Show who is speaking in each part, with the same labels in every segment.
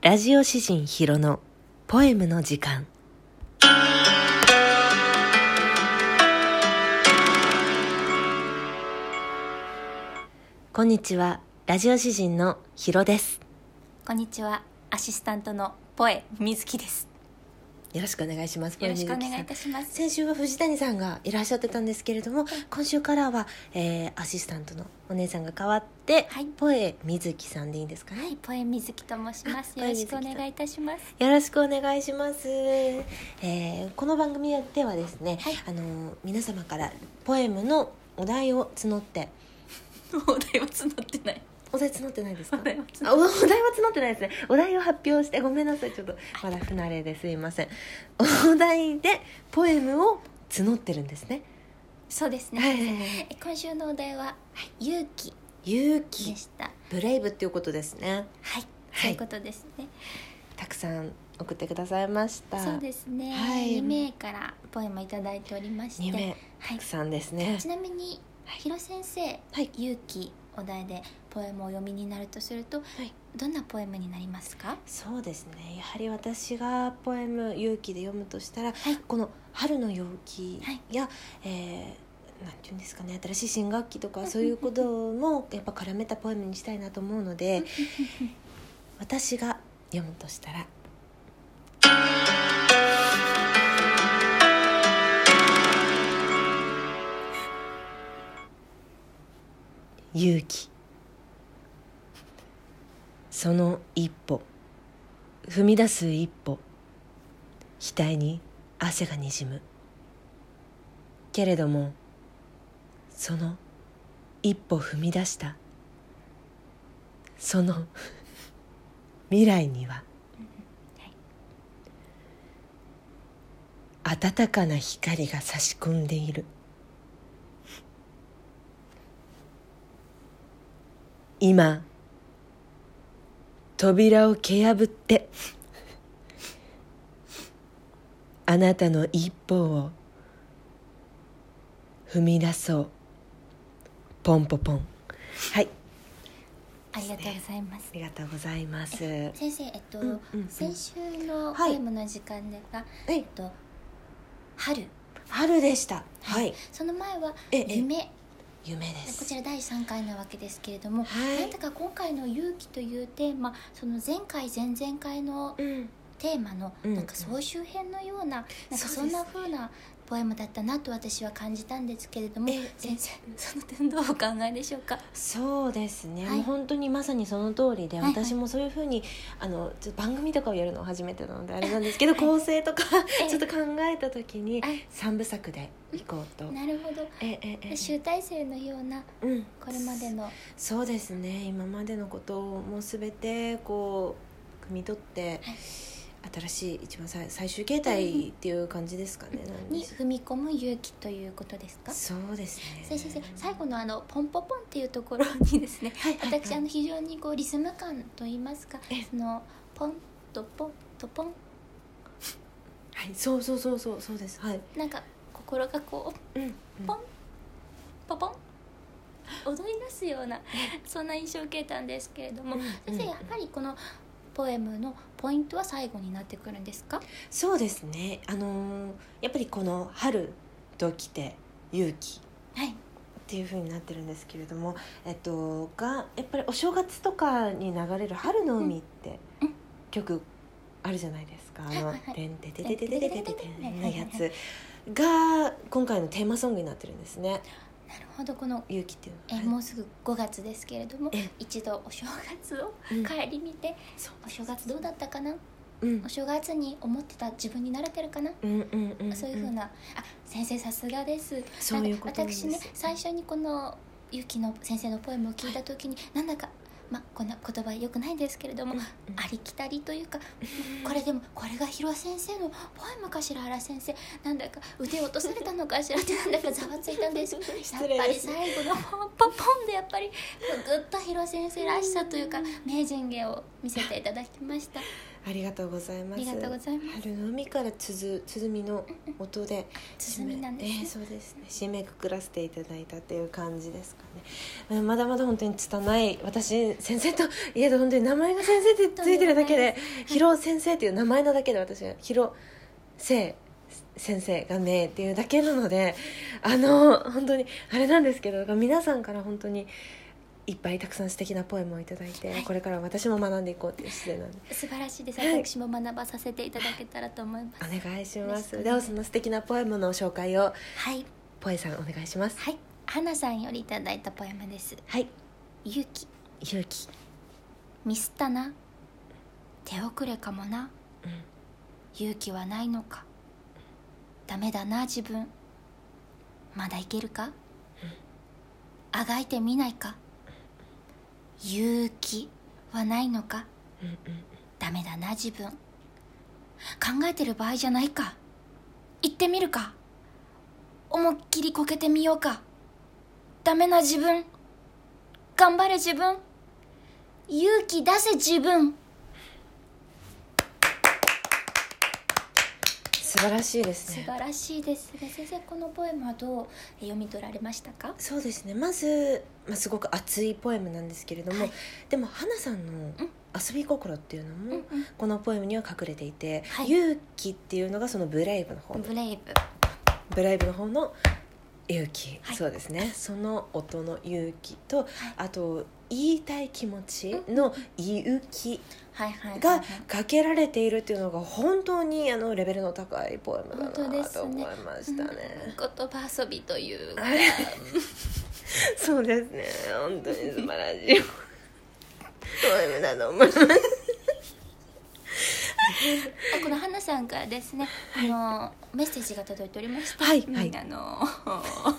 Speaker 1: ラジオ詩人ヒロのポエムの時間こんにちはラジオ詩人のヒロです
Speaker 2: こんにちは、アシスタントのポエ水木です。
Speaker 1: よろしくお願いします
Speaker 2: よろしくお願
Speaker 1: ポエ
Speaker 2: い
Speaker 1: ム
Speaker 2: いたします。
Speaker 1: 先週は藤谷さんがいらっしゃってたんですけれども今週からは、えーアシスタントのお姉さんが代わって、
Speaker 2: はい
Speaker 1: ポエ水木さんでいいんですかね、
Speaker 2: はい、ポエ水木と申します。
Speaker 1: あ
Speaker 2: よろしくお
Speaker 1: ポエ水木さん
Speaker 2: 願いいたします。
Speaker 1: よろしくお願いします、えーこの番組ではですね、
Speaker 2: はい
Speaker 1: あの皆様からポエムのお題を募って
Speaker 2: お題は募ってない。
Speaker 1: お題募ってないですか
Speaker 2: お題は募ってない
Speaker 1: あおお題は募ってないですねお題を発表してごめんなさいちょっとまだ不慣れですいませんお題でポエムを募ってるんですね
Speaker 2: そうです
Speaker 1: は
Speaker 2: ね。
Speaker 1: い
Speaker 2: え今週のお題は勇気
Speaker 1: 勇
Speaker 2: で
Speaker 1: 気
Speaker 2: した。はい、
Speaker 1: ブレイブっていうことですね
Speaker 2: そういうことですね。
Speaker 1: たくさん送ってくださいました
Speaker 2: そうですね。
Speaker 1: はい
Speaker 2: 2名からポエムいただいておりまし
Speaker 1: 2名
Speaker 2: て、は
Speaker 1: た
Speaker 2: い
Speaker 1: く。さんですね
Speaker 2: ちなみに、
Speaker 1: はい
Speaker 2: ひろ先生、
Speaker 1: はい
Speaker 2: 勇気お題でポエムをお読みになるとすると、
Speaker 1: い
Speaker 2: どんなポエムになりますか？
Speaker 1: そうですねやはり私がポエム「勇気」で読むとしたら、
Speaker 2: はい
Speaker 1: この「春の陽気
Speaker 2: はい
Speaker 1: や」えーなんていうんですかね新しい新学期とかそういうこともやっぱ絡めたポエムにしたいなと思うの で私が読むとしたら「勇気」その一歩踏み出す一歩額に汗がにじむけれどもその一歩踏み出したその 未来には暖かな光が差し込んでいる今扉を蹴破ってあなたの一歩を踏み出そうポンポポンはい
Speaker 2: ありがとうございます
Speaker 1: あ。りがとうございますは
Speaker 2: 先生、えっと、
Speaker 1: うんうんうん
Speaker 2: 先週の
Speaker 1: は
Speaker 2: ポ
Speaker 1: い
Speaker 2: エムの時間でが、
Speaker 1: い
Speaker 2: えっと、春。
Speaker 1: 春でしたはい
Speaker 2: その前は
Speaker 1: ええ
Speaker 2: 夢
Speaker 1: 夢で
Speaker 2: こち
Speaker 1: す
Speaker 2: ら第3回なわけですけれども、
Speaker 1: はい
Speaker 2: なんだか今回の「勇気」というテーマその前回前々回の
Speaker 1: うん
Speaker 2: テーマの
Speaker 1: うん
Speaker 2: なんか総集編のような,、なんか
Speaker 1: そ
Speaker 2: そう
Speaker 1: で
Speaker 2: ん
Speaker 1: すね
Speaker 2: な風なポエムだったなと私は感じたんですけれども、
Speaker 1: ええ
Speaker 2: 先生その点どうお考えでしょうか
Speaker 1: そうですね、
Speaker 2: はい
Speaker 1: もう本当にまさにその通りで、
Speaker 2: はいはい
Speaker 1: 私もそういうふうにあのちょっと番組とかをやるのは初めてなのであれなんですけど、構成とかちょっと考えた時に
Speaker 2: はい
Speaker 1: 三部作でいこうと、
Speaker 2: なるほど
Speaker 1: ええええ
Speaker 2: 集大成のような
Speaker 1: うん、
Speaker 2: これまでの
Speaker 1: そうですね今までのことをもう全てこう汲み取って、新しい一番最最終形態っていう感じですかね、なんで
Speaker 2: に
Speaker 1: す
Speaker 2: 踏み込む勇気ということですか
Speaker 1: そうですね
Speaker 2: 先生最後のあのポンポポンっていうところにですね、
Speaker 1: はいはいはい
Speaker 2: 私あの非常にこうリズム感と言いますか
Speaker 1: ええ
Speaker 2: そのポンとポンとポン
Speaker 1: はいそうそうそうそうそうですはい、
Speaker 2: なんか心がこう
Speaker 1: うん、
Speaker 2: ポンポポン踊り出すようなそんな印象を受けたんですけれども、
Speaker 1: うん
Speaker 2: 先生
Speaker 1: うん
Speaker 2: やはりこのポエムのポイントは最後になってくるんですか、
Speaker 1: そうですねあのーやっぱりこの「春」と来て「勇気」
Speaker 2: はい
Speaker 1: っていう風になってるんですけれども、えっと、がやっぱりお正月とかに流れる「春の海」って
Speaker 2: うん
Speaker 1: 曲あるじゃないですか「あ
Speaker 2: はいは
Speaker 1: の
Speaker 2: いはい
Speaker 1: てんててててててててて」のや
Speaker 2: は
Speaker 1: つが今回のテーマソングになってるんですね
Speaker 2: なるほどこの
Speaker 1: 「勇気」っていう
Speaker 2: え
Speaker 1: の
Speaker 2: も
Speaker 1: は。
Speaker 2: うすぐ5月ですけれども
Speaker 1: え
Speaker 2: 一度お正月を
Speaker 1: うん
Speaker 2: 帰り見て、
Speaker 1: そう
Speaker 2: お正月どうだったかな
Speaker 1: うん
Speaker 2: お正月に思ってた自分に慣れてるかな、
Speaker 1: うんうんうんうん
Speaker 2: そういうふうなあ先生さすがです
Speaker 1: そういうことなん
Speaker 2: な
Speaker 1: ん
Speaker 2: か
Speaker 1: です
Speaker 2: 私ね最初にこのゆきの先生のポエムを聞いた時に、なんだかまあこんな言葉よくないんですけれども、
Speaker 1: うんうん
Speaker 2: ありきたりというか、これでもこれが広先生のポエムかしら原先生なんだか腕落とされたのかしらってなんだかざわついたんですやっ
Speaker 1: 礼
Speaker 2: ぱり
Speaker 1: です
Speaker 2: 最後のポンポンポンでやっぱりグッと広先生らしさというか名人芸を見せていただきました。
Speaker 1: ありがとうございます
Speaker 2: ありがとうございます
Speaker 1: 春の海からつづ鼓の音で
Speaker 2: 鼓なんです
Speaker 1: 締
Speaker 2: ね
Speaker 1: めえーそうですね締めくくらせていただいたっていう感じですかねうんまだまだ本当に拙い私先生といえど本当に名前が先生ってついてるだけで「ひろ先生」っていう名前のだけで私は「ひろせい先生がね」っていうだけなのであの本当にあれなんですけど皆さんから本当にいっぱいたくさん素敵なポエムをいただいて、
Speaker 2: はい
Speaker 1: これから私も学んでいこうっていう姿勢なんで
Speaker 2: 素晴らしいです
Speaker 1: はい
Speaker 2: 私も学ばさせていただけたらと思います
Speaker 1: お願いします
Speaker 2: よろしくお願い
Speaker 1: ではその素敵なポエムの紹介を
Speaker 2: はい
Speaker 1: ポエさんお願いします
Speaker 2: はい花さんよりいただいたポエムです
Speaker 1: はい
Speaker 2: 勇気
Speaker 1: 勇気
Speaker 2: ミスったな手遅れかもな、
Speaker 1: うん
Speaker 2: 勇気はないのかダメだな自分まだいけるか、あがいてみないか勇気はないのか
Speaker 1: うんうん
Speaker 2: ダメだな自分考えてる場合じゃないか行ってみるか思いっきりこけてみようかダメな自分頑張れ自分勇気出せ自分
Speaker 1: 素晴らしいです
Speaker 2: 素
Speaker 1: ね
Speaker 2: 晴らしいですが先生このポエムはどう読み取られましたか
Speaker 1: そうですねまず、まあ、すごく熱いポエムなんですけれども、
Speaker 2: はい
Speaker 1: でも花さんの遊び心っていうのも、
Speaker 2: うんうん
Speaker 1: このポエムには隠れていて、
Speaker 2: はい
Speaker 1: 勇気っていうのがそのブレイブの方
Speaker 2: ブレイブ
Speaker 1: ブレイブの方の勇気、
Speaker 2: はい
Speaker 1: そうですねその音の勇気と、あと言いたい気持ちの勇気
Speaker 2: はいはいはいはい
Speaker 1: がかけられているっていうのが本当にあのレベルの高いポエムだ
Speaker 2: 本当で
Speaker 1: な
Speaker 2: す
Speaker 1: と
Speaker 2: ね
Speaker 1: 思いましたね。
Speaker 2: 言葉遊びというか
Speaker 1: あれそうですね本当に素晴らしい ポエムだと思います。
Speaker 2: あこの花さんからですね、あのメッセージが届いておりまして、
Speaker 1: はいはい
Speaker 2: あの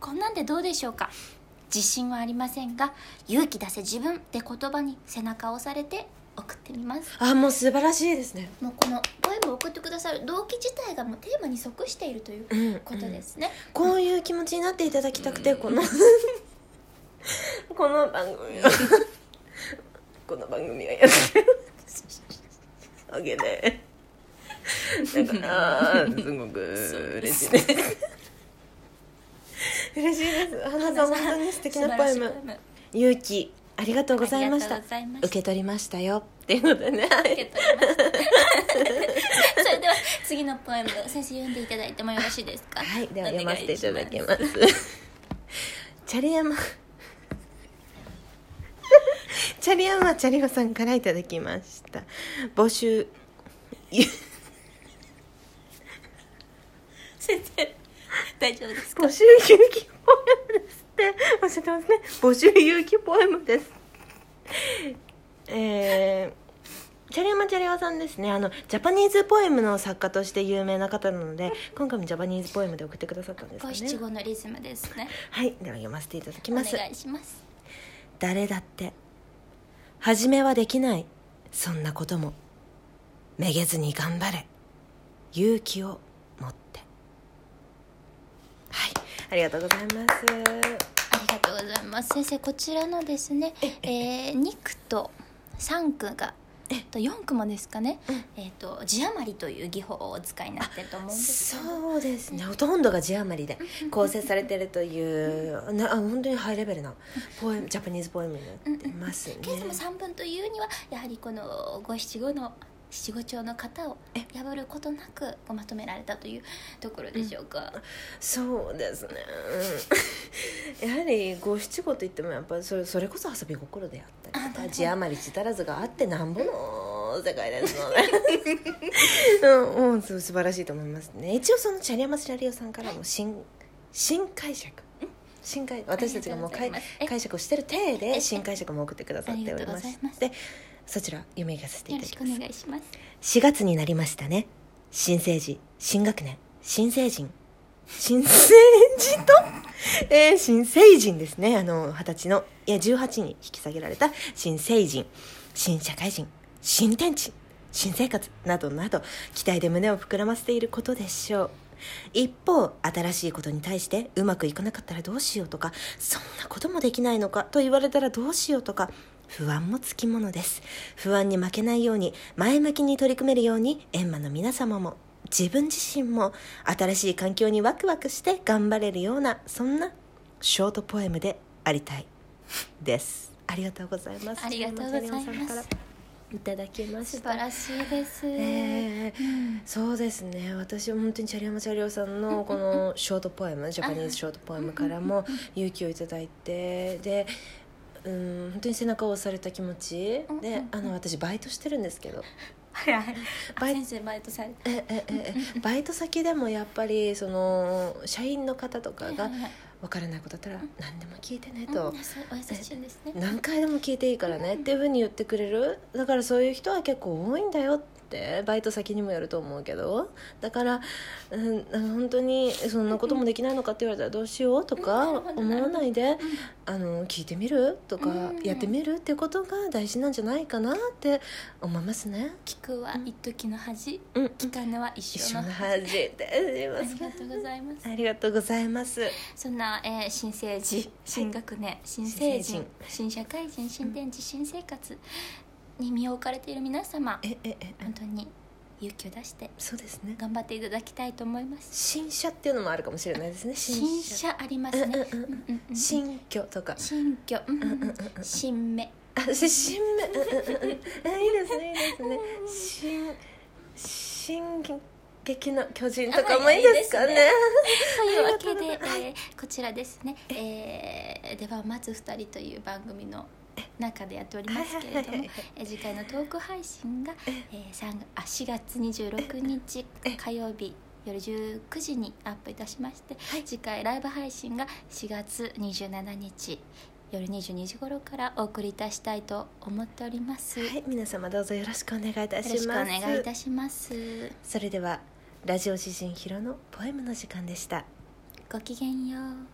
Speaker 2: こんなんでどうでしょうか自信はありませんが「勇気出せ自分」って言葉に背中を押されて送ってみます
Speaker 1: あもう素晴らしいですね。
Speaker 2: もうこのポエムを送ってくださる動機自体がもうテーマに即しているという
Speaker 1: うん
Speaker 2: ことですね、
Speaker 1: こういう気持ちになっていただきたくて、この この番組を この番組をやってるわけでだからすごく嬉しいです 嬉しいです花さん本当に素敵なポエ
Speaker 2: 素晴
Speaker 1: ム
Speaker 2: らしいポエム
Speaker 1: 勇気ありがとうございました
Speaker 2: ありがとうございました
Speaker 1: 受け取りましたよっていうことでねはい
Speaker 2: 受け取りましたそれでは次のポエム先生読んでいただいてもよろしいですか
Speaker 1: はい、では
Speaker 2: お願
Speaker 1: 読ませていただき
Speaker 2: し
Speaker 1: ます。 チャリヤマ。 チャリヤマチャリホさんからいただきました。募集。
Speaker 2: す先生大丈夫ですか
Speaker 1: 募集有機ポエムですって。おっしゃってますね。募集有機ポエムです。えー。チャリヤマチャリホさんですねあのジャパニーズポエムの作家として有名な方なので今回もジャパニーズポエムで送ってくださったんですか
Speaker 2: 五
Speaker 1: ね
Speaker 2: 七五のリズムですね。
Speaker 1: はいでは読ませていただき
Speaker 2: お
Speaker 1: ま
Speaker 2: 願
Speaker 1: す
Speaker 2: いします。
Speaker 1: 誰だって初めはできないそんなこともめげずに頑張れ勇気を持ってはいありがとうございます
Speaker 2: ありがとうございます。先生、こちらのですね、えー、二句と三句が。えっと四句もですかね。えっと字余りという技法をお使いになってると思うんですけど。
Speaker 1: そうですねほとんどが字余りで構成されてるというなあ本当にハイレベルなポエムジャパニーズポエムになってますね
Speaker 2: けれども三分というにはやはりこの五七五の七五調の型を破ることなくまとめられたというところでしょうか。
Speaker 1: そうですねうん やはり五七五といってもやっぱりそれそれこそ遊び心であったりとか字余り字足らずがあってなんぼの世界ですの で、うんうん、そう素晴らしいと思いますね一応そのチャリアマスラリオさんからも新新解釈新解私たちがもう
Speaker 2: あり
Speaker 1: 解
Speaker 2: がとうございますえ
Speaker 1: 解釈をしてる体で新解釈も送ってくださっておりま
Speaker 2: あ
Speaker 1: し
Speaker 2: りがとうございます
Speaker 1: てそちら読み上げさせてい
Speaker 2: よ
Speaker 1: ただ
Speaker 2: ろし
Speaker 1: き
Speaker 2: くお
Speaker 1: ます
Speaker 2: 願いします。
Speaker 1: 4月になりましたね新成人新学年新成人新成人と、 えー新成人ですねあの二十歳のいや18に引き下げられた新成人新社会人新天地新生活などなど期待で胸を膨らませていることでしょう一方新しいことに対してうまくいかなかったらどうしようとかそんなこともできないのかと言われたらどうしようとか不安もつきものです不安に負けないように前向きに取り組めるようにエンマの皆様も自分自身も新しい環境にワクワクして頑張れるようなそんなショートポエムでありたいですありがとうございます
Speaker 2: ありがとうございます
Speaker 1: ジェリオンさんからいただきまし
Speaker 2: 素
Speaker 1: た
Speaker 2: 晴らしいです、
Speaker 1: ええ
Speaker 2: うん
Speaker 1: そうですね私は本当にチャリヤマチャリオさんのこのショートポエムジャパニーズショートポエムからも勇気をいただいてでうん本当に背中を押された気持ち
Speaker 2: うんうんう
Speaker 1: で
Speaker 2: ん
Speaker 1: あの私バイトしてるんですけど
Speaker 2: はいはい
Speaker 1: バイ
Speaker 2: 先生バイトされて
Speaker 1: ええええバイト先でもやっぱりその社員の方とかが分からないことだったら何でも聞いてねと
Speaker 2: うん、そうお優しいんですね
Speaker 1: 何回でも聞いていいからねっていうふうに言ってくれるだからそういう人は結構多いんだよってバイト先にもよると思うけどだから、うん、本当にそんなこともできないのかって言われたらどうしようとか
Speaker 2: うんなるほど
Speaker 1: 思わないであの聞いてみるとか
Speaker 2: うん
Speaker 1: やってみるっていうことが大事なんじゃないかなって思いますね。
Speaker 2: 聞くは一時の恥
Speaker 1: うん、
Speaker 2: 聞かぬは一
Speaker 1: 一
Speaker 2: 生
Speaker 1: 緒
Speaker 2: の
Speaker 1: の
Speaker 2: 恥
Speaker 1: 恥で
Speaker 2: あ
Speaker 1: す
Speaker 2: りがとうございます
Speaker 1: ありがとうございます。
Speaker 2: そんな、えー新成人新学年、新成
Speaker 1: 新成
Speaker 2: 人
Speaker 1: 人
Speaker 2: 新社会人新天地新生活に身を置かれている皆様
Speaker 1: えええ
Speaker 2: 本当に勇気を出して
Speaker 1: そうですね。
Speaker 2: 頑張っていただきたいと思います
Speaker 1: 新車っていうのもあるかもしれないですね。
Speaker 2: 新車ありますね
Speaker 1: うんうんうん
Speaker 2: うんうんうん
Speaker 1: 新居とか。
Speaker 2: 新居、うんうんうん新芽
Speaker 1: あ、し新芽。うんうんうん うんいいですね、いいですね。新、進撃の巨人とかもいいですかね。
Speaker 2: というわけで
Speaker 1: ありがとうございます
Speaker 2: えーこちらですね「えー、では待つ二人」という番組の中でやっておりますけれど
Speaker 1: はいはいは
Speaker 2: も
Speaker 1: いはい
Speaker 2: えー次回のトーク配信が、えー、3あ4月26日火曜日夜19時にアップいたしまして、次回ライブ配信が4月27日夜22時頃からお送りいたしたいと思っております、
Speaker 1: はい、皆様どうぞよろしくお願いいた
Speaker 2: よ
Speaker 1: し
Speaker 2: ろ
Speaker 1: ま
Speaker 2: し
Speaker 1: す。
Speaker 2: くお願いいたします
Speaker 1: それでは、ラジオ詩人ヒロのポエムの時間でした。
Speaker 2: ごきげんよう